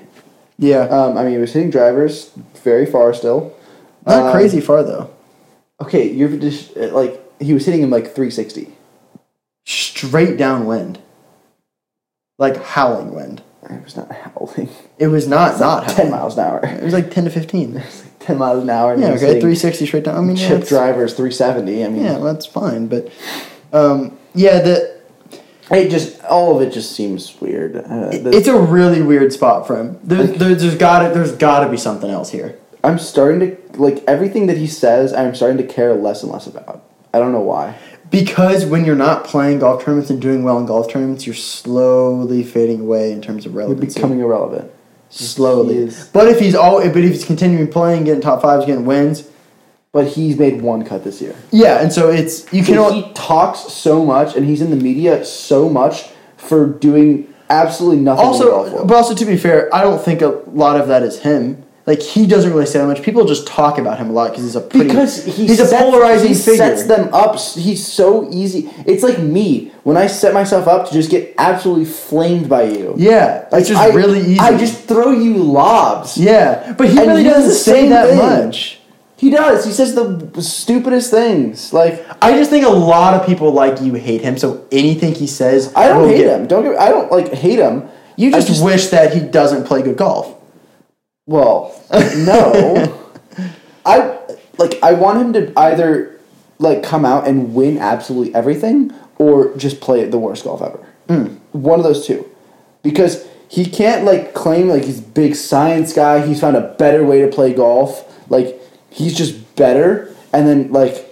B: Yeah,
A: Um, I mean, he was hitting drivers very far still.
B: not
A: um,
B: crazy far though.
A: Okay, you're just uh, like he was hitting him like 360.
B: Straight downwind, like howling wind.
A: It was not howling.
B: It was not not howling.
A: 10 miles an hour.
B: It was like ten to fifteen.
A: 10 miles an hour. And
B: Yeah,
A: he was
B: okay,
A: hitting
B: three sixty straight down. I mean, yeah,
A: chip
B: that's,
A: drivers 370. I mean,
B: yeah, that's fine. But um, yeah, the
A: it just all of it just seems weird. Uh, the-
B: it's a really weird spot for him. There, there, there's got to there's got to be something else here.
A: I'm starting to like everything that he says. I'm starting to care less and less about. I don't know why.
B: Because when you're not playing golf tournaments and doing well in golf tournaments, you're slowly fading away in terms of relevancy.
A: Becoming irrelevant. He
B: slowly.
A: is.
B: But if he's all, but if he's continuing playing, getting top fives, getting wins,
A: But he's made one cut this year.
B: yeah. And so it's you can.
A: he talks so much and he's in the media so much for doing absolutely nothing. to be
B: Also,
A: awful.
B: but also to be fair, I don't think a lot of that is him. Like he doesn't really say that much. People just talk about him a lot because he's a pretty,
A: because he
B: he's a
A: sets-
B: polarizing
A: he
B: figure.
A: sets them up. s- He's so easy. It's like me when I set myself up to just get absolutely flamed by you.
B: yeah,
A: Like,
B: it's just
A: I-
B: really easy.
A: I just throw you lobs.
B: yeah, but he
A: And
B: really
A: he does
B: doesn't
A: the
B: say
A: same
B: that
A: thing.
B: much.
A: He does. He says the stupidest things. Like
B: I just think a lot of people like you hate him, so anything he says,
A: I don't
B: will
A: hate
B: get-
A: him. Don't get. I don't like hate him. You
B: I just,
A: just, just
B: wish that he doesn't play good golf.
A: well, no. I like. I want him to either like come out and win absolutely everything, or just play the worst golf ever.
B: Hmm.
A: One of those two, because he can't like claim like he's a big science guy. He's found a better way to play golf. Like he's just better, and then like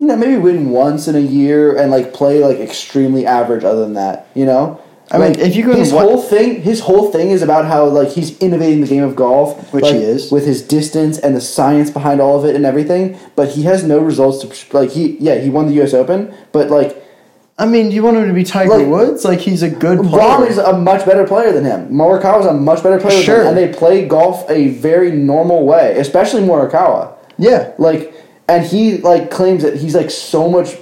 A: you know, maybe win once in a year and like play like extremely average. Other than that, you know.
B: I mean,
A: Like,
B: if you go to
A: his
B: what-
A: whole thing, his whole thing is about how like he's innovating the game of golf,
B: Which
A: like,
B: he is.
A: with his distance and the science behind all of it and everything. But he has no results to like he yeah he won the U.S. Open, but like
B: I mean, you want him to be Tiger
A: Like,
B: Woods? Like he's a good player.
A: Rom is a much better player than him. Morikawa's a much better player
B: Sure.
A: than him, and they play golf a very normal way, especially Morikawa.
B: yeah.
A: Like, and he like claims that he's like so much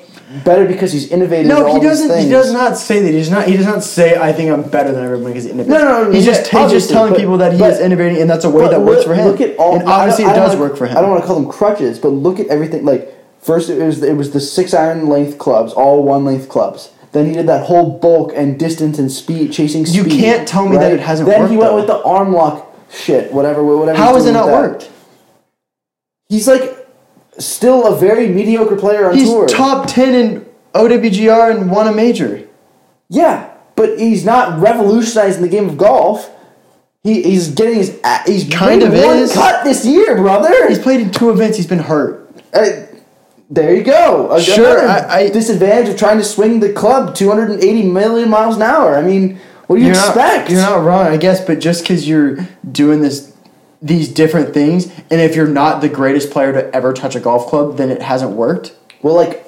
A: better because he's innovative. in
B: No,
A: all
B: he
A: these
B: doesn't. He
A: things.
B: does not say that. He does not. He does not say, "I think I'm better than everyone because innovative."
A: No, no, no,
B: He's
A: yeah,
B: just he's just
A: obviously,
B: telling
A: but-
B: people that he
A: but-
B: is innovating, and that's a way
A: But
B: that works
A: look-
B: for him.
A: Look at all,
B: and obviously,
A: I
B: it
A: don't- I
B: does
A: don't-
B: work for him.
A: I don't want to call them crutches, but look at everything. Like first, it was it was the six iron length clubs, all one length clubs. Then he did that whole bulk and distance and speed chasing
B: You
A: speed.
B: can't tell me that it hasn't
A: Then he
B: worked,
A: went
B: though.
A: with the arm lock shit, whatever, whatever.
B: How
A: he's
B: has it
A: doing
B: not
A: with that.
B: worked?
A: He's like still a very mediocre player on
B: He's
A: tour.
B: top ten in OWGR and won a major.
A: Yeah, but he's not revolutionizing the game of golf. He, he's getting his a- he's
B: Kind
A: made
B: of
A: one
B: is.
A: cut this year, brother.
B: He's played in two events. He's been hurt.
A: Uh, there you go. A-
B: Sure,
A: another
B: I- I-
A: disadvantage of trying to swing the club 280 million miles an hour. I mean, what do you
B: You're not-
A: expect?
B: you're not wrong, I guess, but just because you're doing this, these different things, and if you're not the greatest player to ever touch a golf club, then it hasn't worked.
A: Well, like,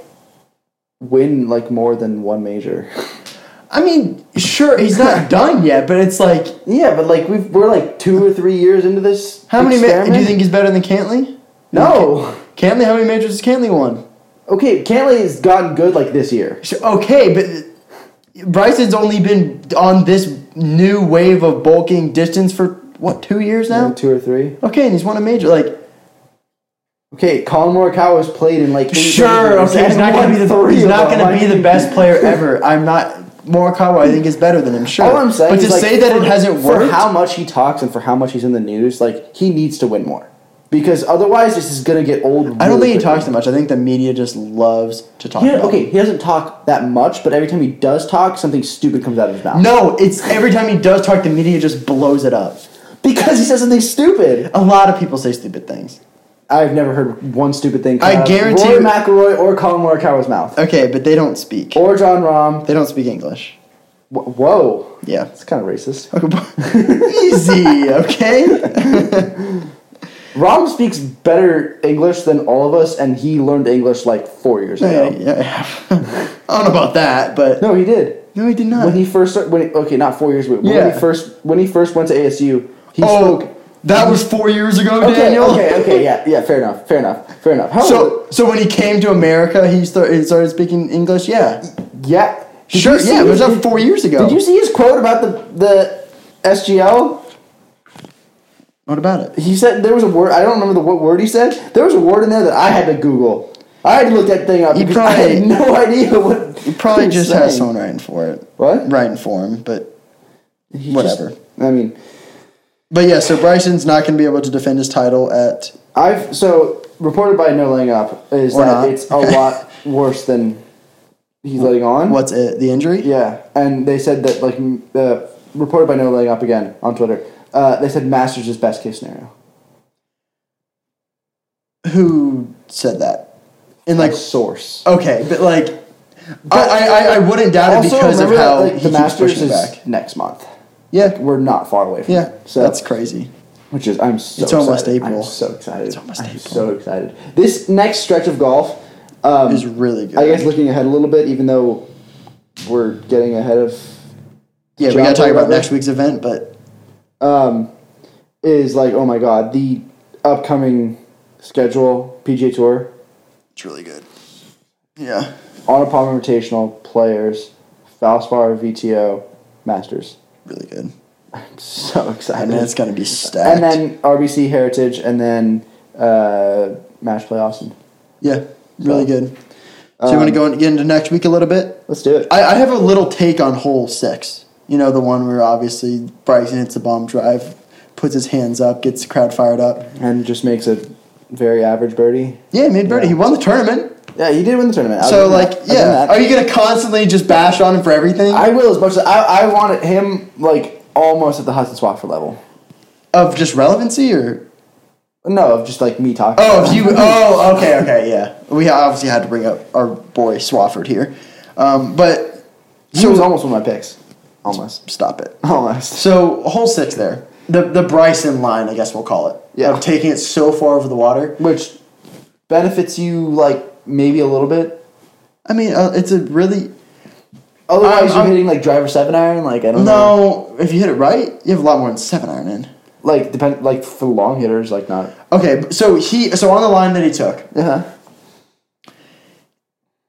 A: win like more than one major.
B: I mean, sure, he's not done yet, but it's like
A: yeah, but like we've, we're like two or three years into this.
B: how many? Ma-
A: experiment.
B: do you think he's better than Cantley?
A: No.
B: Cantley, how many majors has Cantley won?
A: Okay, Cantley has gotten good like this year.
B: Sh- Okay, but Bryson's only been on this new wave of bulking distance for what two years now?
A: Like, two or three.
B: Okay, and he's won a major. Like,
A: Okay, Colin Morikawa's played in like eight
B: sure,
A: majors
B: okay, he's
A: and
B: not gonna
A: won
B: be the
A: three
B: he's
A: of
B: not
A: them.
B: gonna
A: I
B: be the
A: mean,
B: best player ever. I'm not Morikawa. I think is better than him. Sure,
A: All I'm saying
B: but to
A: is like,
B: say that
A: for-
B: it hasn't worked,
A: For how much he talks and for how much he's in the news, like he needs to win more. Because otherwise this is gonna get old.
B: I don't
A: really
B: think he
A: quickly.
B: talks that much. I think the media just loves to talk.
A: He-
B: about him.
A: okay, he doesn't talk that much, but every time he does talk, something stupid comes out of his mouth.
B: No, it's every time he does talk, the media just blows it up.
A: Because he says something stupid.
B: A lot of people say stupid things.
A: I've never heard one stupid thing come
B: I
A: out of
B: guarantee
A: Roy
B: you-
A: McElroy or Colin Morikawa's mouth.
B: Okay, but they don't speak.
A: Or John Rahm.
B: They don't speak English.
A: Wh- Whoa.
B: Yeah.
A: That's kind of racist.
B: Easy, okay?
A: Rom speaks better English than all of us, and he learned English like four years
B: Yeah,
A: ago.
B: yeah. I don't know about that, but
A: No, he did.
B: no, he did not.
A: When he first started, when he, okay, not four years, but
B: Yeah.
A: when he first when he first went to ASU, he
B: oh,
A: spoke.
B: that was four years ago,
A: Okay,
B: Daniel.
A: okay, okay, yeah, yeah, fair enough, fair enough, fair enough. How
B: So, so when he came to America, he started, he started speaking English. Yeah,
A: yeah, Did
B: sure.
A: you see
B: Yeah, it was
A: his-
B: not four years ago.
A: Did you see his quote about the the SGL?
B: What about it?
A: He said there was a word. I don't remember the what word he said. There was a word in there that I had to Google. I had to look that thing up.
B: He
A: because I had
B: probably-
A: no idea what.
B: He probably
A: he was
B: just has
A: saying.
B: someone writing for it.
A: What?
B: Writing for him, but
A: He just-
B: whatever.
A: I mean,
B: But yeah, so Bryson's not going to be able to defend his title at.
A: I've so reported by No Laying Up is
B: Or
A: that
B: not.
A: it's a lot worse than he's letting on.
B: What's it? The injury?
A: Yeah, and they said that like m- uh, reported by No Laying Up again on Twitter. Uh, they said Masters is best case scenario.
B: Who said that? And like,
A: Like source.
B: okay, but like, I, I, I- I wouldn't doubt it
A: Also,
B: because of
A: remember
B: how
A: that, like,
B: he
A: the
B: keeps
A: Masters
B: pushing
A: is
B: it back.
A: next month.
B: Yeah,
A: We're not far away from
B: yeah,
A: it.
B: so that's crazy.
A: Which is I'm so
B: It's almost
A: excited.
B: April.
A: I'm so excited.
B: It's almost
A: I'm
B: April.
A: So excited. This next stretch of golf um,
B: Is really good.
A: I guess looking ahead a little bit, even though we're getting ahead of
B: yeah, we
A: John
B: got to talk about
A: Webber.
B: next week's event, but
A: um, is like, oh my god, the upcoming schedule PGA Tour
B: it's really good. Yeah.
A: Honor Palmer Invitational Players Valspar VTO Masters.
B: Really good.
A: I'm so
B: I
A: excited.
B: mean, it's going to be stacked.
A: and then RBC Heritage, and then uh, Match Play Austin.
B: yeah, really
A: So,
B: good. So you want to go in- get into next week a little bit?
A: um, Let's do it.
B: I, I have a little take on hole six. You know, the one where obviously Bryson hits a bomb drive, puts his hands up, gets the crowd fired up.
A: and just makes a very average birdie.
B: Yeah, he made birdie.
A: Yeah.
B: He won the tournament.
A: Yeah, he did win the tournament. I'll
B: so,
A: give him that. I'll
B: like,
A: give him
B: yeah.
A: that.
B: Are you going to constantly just bash on him for everything?
A: I will as much as I, I wanted him like almost at the Hudson Swafford level.
B: of just relevancy or?
A: No, of just like me talking.
B: Oh, if you. Oh, okay, okay, yeah. We obviously had to bring up our boy Swafford here. Um, but.
A: he was almost one of my picks. Almost,
B: Stop it.
A: almost.
B: So hole six there, the the Bryson line, I guess we'll call it.
A: Yeah.
B: Of taking it so far over the water.
A: Which benefits you like maybe a little bit.
B: I mean, uh, it's a really
A: Otherwise,
B: I'm-
A: you're hitting like driver seven iron. Like I don't know.
B: no. If you hit it right, you have a lot more than seven iron in.
A: Like depend like for long hitters, like not.
B: Okay, so he so on the line that he took.
A: Yeah.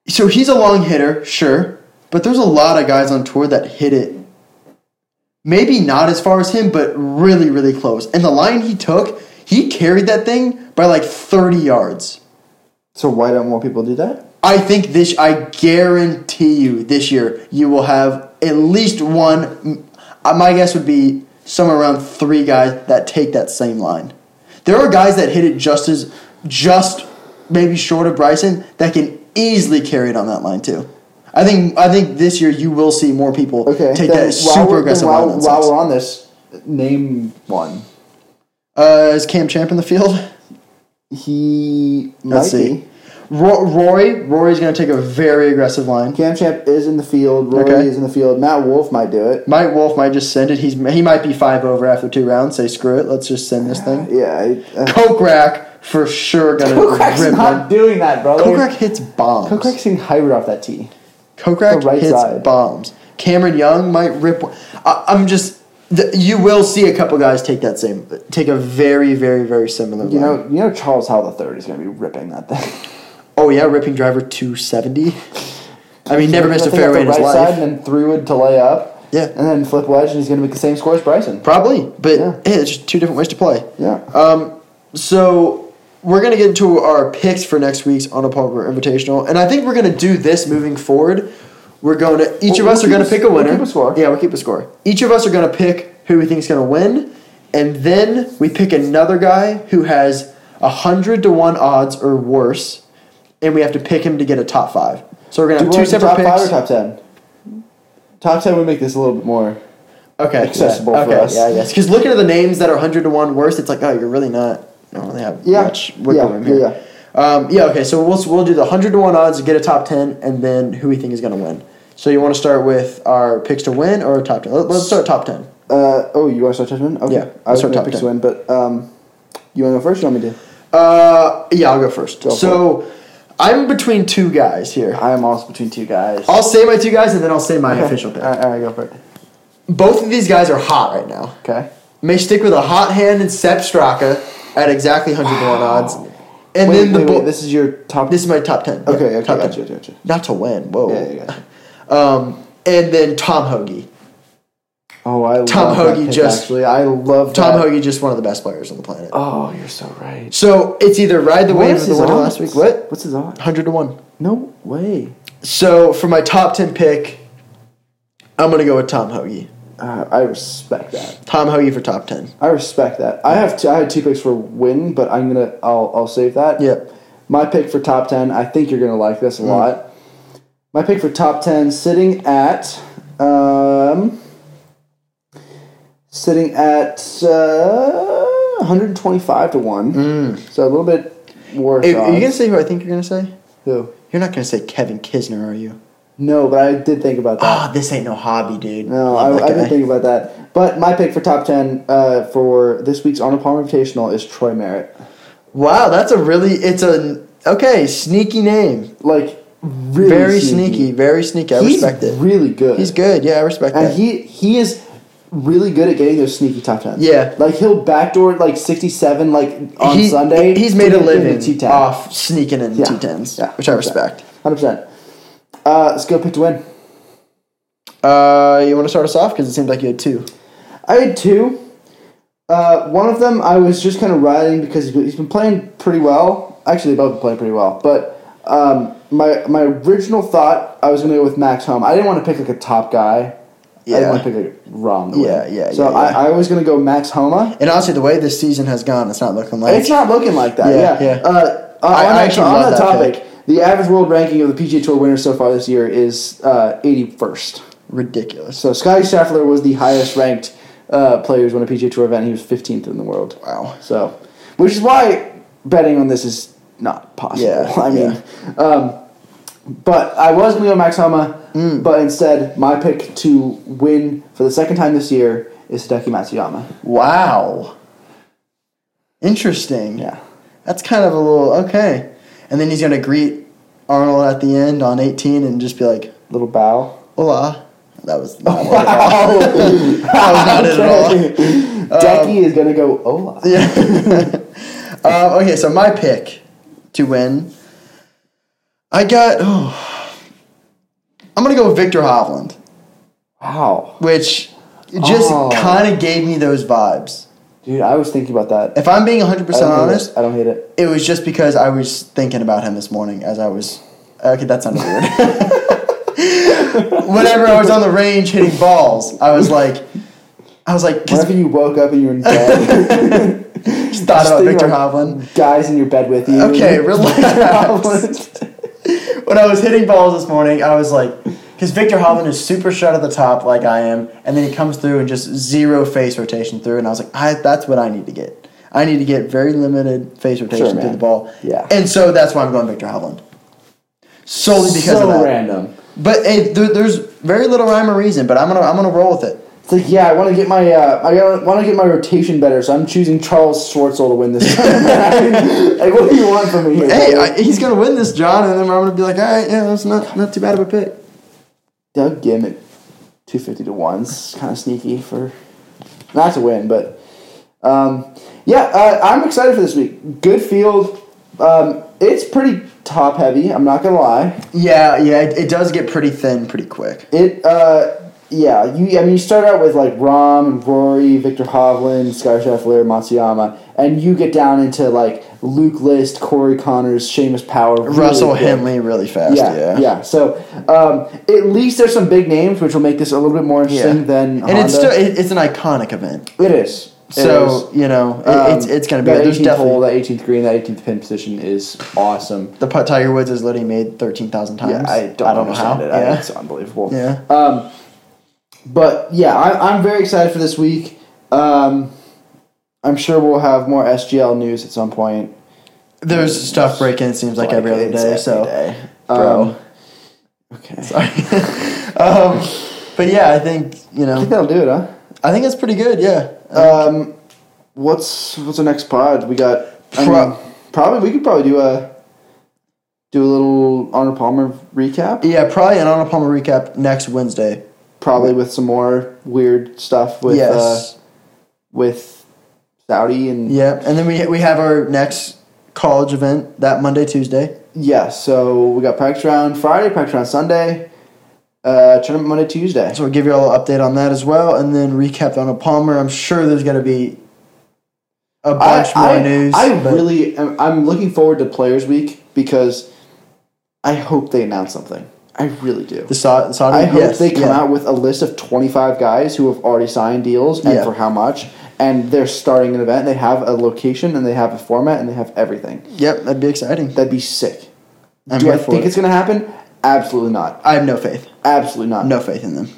B: So he's a long hitter, sure, but there's a lot of guys on tour that hit it. Maybe not as far as him, but really, really close. And the line he took, he carried that thing by like 30 yards.
A: So why don't more people do that?
B: I think this. I guarantee you, this year you will have at least one. uh, My guess would be somewhere around three guys that take that same line. There are guys that hit it just as, just maybe short of Bryson that can easily carry it on that line too. I think. I think this year you will see more people
A: Okay.
B: take
A: then
B: that
A: while
B: super
A: we're-
B: aggressive
A: then
B: line.
A: While,
B: than
A: while
B: six.
A: we're on this, name one.
B: Uh, is Cam Champ in the field?
A: He might
B: Let's see.
A: be.
B: Ro- Rory. Rory's going to take a very aggressive line.
A: Cam Champ is in the field. Rory
B: Okay.
A: is in the field. Matt Wolf might do it.
B: Mike Wolf might just send it. He's he might be five over after two rounds. Say screw it. Let's just send this thing.
A: Yeah. I, uh,
B: Coke rack for sure gonna
A: Kokrak's
B: rip
A: not
B: him.
A: doing that, brother.
B: Coke rack hits bombs.
A: Kokrak's getting hybrid off that tee.
B: Coke rack
A: the right
B: hits
A: side.
B: bombs. Cameron Young might rip. One. I, I'm just. The, you will see a couple guys take that same, take a very, very, very similar.
A: You
B: line.
A: know, you know Charles Howell the third is going to be ripping that thing.
B: oh yeah, ripping driver two seventy. I mean, never missed a
A: That thing off
B: fairway in
A: the
B: his
A: right
B: life.
A: side and then three wood to lay up.
B: Yeah.
A: And then flip wedge, and he's going to make the same score as Bryson.
B: Probably, but
A: Yeah.
B: hey, it's just two different ways to play.
A: Yeah.
B: Um, so we're gonna get into our picks for next week's on a Palmer Invitational, and I think we're gonna do this moving forward. We're going to each
A: We'll-
B: of us
A: we'll
B: are gonna
A: keep a-
B: pick a
A: we'll
B: winner.
A: keep a score.
B: Yeah, we'll keep a score. Each of us are gonna pick who we think's gonna win, and then we pick another guy who has a hundred to one odds or worse, and we have to pick him to get a top five. So we're gonna
A: Do
B: have
A: we want
B: two
A: to do
B: separate
A: top
B: picks.
A: five or top ten? Top ten would make this a little bit more.
B: okay, yeah,
A: accessible for
B: okay,
A: us.
B: Yeah, yes. Because looking at the names that are hundred to one worse, it's like, oh, you're really not. I don't really have
A: Yeah,
B: much wiggle
A: yeah,
B: room here.
A: yeah,
B: Um, yeah. Okay. So we'll we'll do the hundred to one odds, get a top ten, and then who we think is going to win. So you want to start with our picks to win or top ten? Let- Let's start top ten.
A: Uh, oh, you want to start Touchman? Okay.
B: Yeah,
A: I was going
B: start
A: to
B: top
A: pick
B: 10.
A: Swin, but um, you want to go first or you want me to?
B: Uh, yeah, I'll go first.
A: Go for
B: so I'm between two guys here.
A: I am also between two guys.
B: I'll say my two guys, and then I'll say my official pick.
A: All right, all right, go for it.
B: Both of these guys are hot right now.
A: Okay.
B: may stick with a hot hand and Sep Straka at exactly 100 to 1 odds. And
A: Wait,
B: then the
A: wait,
B: bull
A: wait, this is your top.
B: this is my top 10.
A: Okay, okay,
B: top
A: gotcha, gotcha.
B: Not to win. Whoa.
A: Yeah, yeah, gotcha.
B: Um, and then Tom Hoagie.
A: Oh, I
B: Tom
A: love that
B: Hoagie
A: pick,
B: just-
A: actually. I love
B: Tom
A: that.
B: Hoagie just one of the best players on the planet.
A: Oh, you're so right.
B: So it's either ride the wave of the
A: his
B: winner
A: odds?
B: last week. What?
A: What's his on?
B: 100 to 1.
A: No way.
B: So for my top 10 pick, I'm going to go with Tom Hoagie.
A: Uh, I respect that.
B: Tom Hoagie for top 10.
A: I respect that. I have two, I had two picks for win, but I'm gonna I'll I'll save that.
B: Yeah. Mm.
A: My pick for top ten. I think you're gonna like this a lot. My pick for top ten, sitting at, um, sitting at uh, 125 to one. So a little bit worse.
B: Are- Are Mm. you going to
A: odds.
B: say who I think you're going to say?
A: Who?
B: You're not going to say Kevin Kisner, are you?
A: No, but I did think about that.
B: Ah, this ain't no hobby, dude.
A: No, I,
B: Love that
A: I didn't
B: guy.
A: think about that. But my pick for top ten uh, for this week's Arnold Palmer Invitational is Troy Merritt.
B: Wow, that's a really it's a okay sneaky name.
A: Like really
B: very sneaky. very sneaky. I
A: He's
B: respect it.
A: really good.
B: He's good. Yeah, I respect
A: And
B: that.
A: he he is really good at getting those sneaky top tens.
B: Yeah.
A: like he'll backdoor like sixty seven like on
B: He-
A: Sunday.
B: he's made a living Ah.
A: T ten,
B: off sneaking in
A: Yeah.
B: two tens,
A: Yeah.
B: which I respect.
A: hundred percent. Uh, let's go pick to win.
B: Uh, you want to start us off because it seemed like you had two.
A: I had two. Uh, one of them I was just kind of riding because he's been- he's been playing pretty well. Actually, they both been playing pretty well. But um, my my original thought I was gonna go with Max Home. I didn't want to pick like a top guy. I
B: Yeah.
A: didn't want to pick like Rom. to win.
B: Yeah, yeah,
A: So
B: yeah, yeah.
A: I, I was gonna go Max Homa.
B: And honestly, the way this season has gone, it's not looking like
A: It's not looking like that.
B: Yeah,
A: Yeah.
B: yeah.
A: Uh, on,
B: I- I
A: on that,
B: actually
A: on
B: love
A: that
B: that
A: topic, the average world ranking of the PGA Tour winners so far this year is uh, 81st.
B: ridiculous.
A: So Scotty Scheffler was the highest ranked uh, player who won a PGA Tour event. He was 15th in the world.
B: Wow.
A: So, which is why betting on this is not possible.
B: Yeah,
A: I mean, um, but I was going to go Max Homa,
B: Hmm.
A: but instead my pick to win for the second time this year is Hideki Matsuyama.
B: Wow. Interesting.
A: Yeah.
B: That's kind of a little okay. And then he's gonna greet Arnold at the end on 18 and just be like,
A: Little bow.
B: "Hola." That was not it at all.
A: Oh,
B: that was not it at all.
A: Decky is going to go Ola.
B: Um, okay, so my pick to win, I got. Oh, I'm gonna go with Victor Hovland,
A: Wow.
B: which just
A: Oh.
B: kind of gave me those vibes.
A: Dude, I was thinking about that.
B: If I'm being 100
A: I
B: percent
A: don't hate it.
B: honest,
A: I don't hate it.
B: it was just because I was thinking about him this morning as I was. Okay, that sounded weird. Whenever I was on the range hitting balls, I was like, I was like,
A: Whenever you woke up and you were in bed,
B: just thought about
A: thinking
B: Victor
A: about-
B: Hovland.
A: guys in your bed with you.
B: Okay, relax.
A: Hovland.
B: when I was hitting balls this morning, I was like, because Victor Hovland is super shut at the top, like I am, and then he comes through and just zero face rotation through, and I was like, I that's what I need to get. I need to get very limited face rotation through
A: man.
B: the ball.
A: Yeah.
B: and so that's why I'm going Victor Hovland. Solely because
A: so
B: of that.
A: random.
B: But hey, there, there's very little rhyme or reason. But I'm gonna I'm gonna roll with it.
A: It's like, yeah, I want to get my uh, I want to get my rotation better, so I'm choosing Charles Schwartzel to win this. like, what do you want from me here?
B: Hey,
A: buddy?
B: I, he's gonna win this, John, and then I'm gonna be like, all right, yeah, that's not not too bad of a pick.
A: Doug Gim at two fifty to one's kind of sneaky for not to win, but um, yeah, uh, I'm excited for this week. Good field. Um, it's pretty top heavy. I'm not gonna lie.
B: Yeah, yeah, it, it does get pretty thin pretty quick.
A: It uh yeah, you I mean you start out with like Rom and Rory, Victor Hovland, Sky Scheffler, Matsuyama, and you get down into like Luke List, Corey Connors, Seamus Power, really
B: Russell
A: quick.
B: Henley really fast.
A: Yeah, yeah. So um, at least there's some big names, which will make this a little bit more interesting than
B: and it's
A: Honda.
B: still it, it's an iconic event.
A: it is. It
B: so
A: is.
B: you know it,
A: Um,
B: it's it's gonna be
A: that
B: there's
A: 18th hole,
B: definitely
A: that 18th green, that 18th pin position is awesome.
B: the putt Tiger Woods has literally made thirteen thousand times.
A: Yeah, I don't, understand it. I think it's unbelievable.
B: Yeah.
A: Um, but yeah, I, I'm very excited for this week. Um, I'm sure we'll have more SGL news at some point.
B: There's stuff breaking. It seems like, every other
A: it's
B: day.
A: every
B: so,
A: day.
B: bro.
A: Um, okay.
B: Sorry. um, but yeah, I think you
A: I think
B: know.
A: that'll do it, huh?
B: I think it's pretty good. Yeah.
A: Um, what's what's the next pod? We got I
B: Pro-
A: mean, probably we could probably do a do a little Arnold Palmer recap,
B: yeah, probably an Arnold Palmer recap next Wednesday.
A: probably with some more weird stuff with uh,
B: yes.
A: with Saudi and
B: yeah, and then we we have our next college event that Monday, Tuesday.
A: Yeah, so we got practice round Friday, practice round Sunday, uh, tournament Monday, Tuesday.
B: So we'll give you all an update on that as well, and then recap on a Palmer. I'm sure there's gonna be a bunch more
A: I,
B: news.
A: I
B: but-
A: really am, I'm looking forward to Players Week because I hope they announce something. I really do.
B: the Sa- Saudi.
A: I hope
B: yes,
A: they come
B: yeah.
A: out with a list of 25 guys who have already signed deals and
B: Yeah.
A: for how much, and they're starting an event. They have a location and they have a format and they have everything.
B: Yep, that'd be exciting.
A: That'd be sick.
B: I'm
A: do
B: here
A: I
B: for
A: think
B: it.
A: it's gonna happen? Absolutely not.
B: I have no faith.
A: Absolutely not.
B: No faith in them.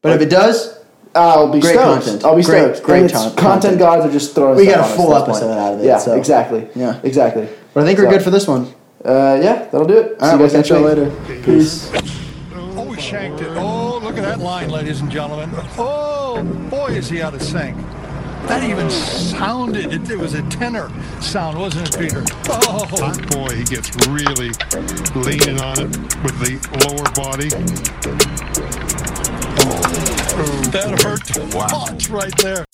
B: But if it does,
A: I'll be
B: Great
A: stoked.
B: content.
A: I'll be
B: Great-
A: stoked.
B: great
A: And it's-
B: con- content.
A: content gods are just throwing.
B: We
A: stuff
B: got a
A: on us
B: full
A: at this
B: episode
A: point.
B: out of it,
A: Yeah,
B: so-
A: exactly.
B: Yeah.
A: exactly.
B: but I think we're
A: So,
B: good for this one.
A: Uh, yeah, that'll do it.
B: All right,
A: See you guys
B: we'll catch
A: next
B: y'all
A: week.
B: later.
A: Peace.
C: Oh, he shanked it. Oh, look at that line, ladies and gentlemen. Oh, boy, is he out of sync. That even sounded, it, it was a tenor sound, wasn't it, Peter? Oh,
D: Hot boy, he gets really leaning on it with the lower body.
C: that hurt to watch right there.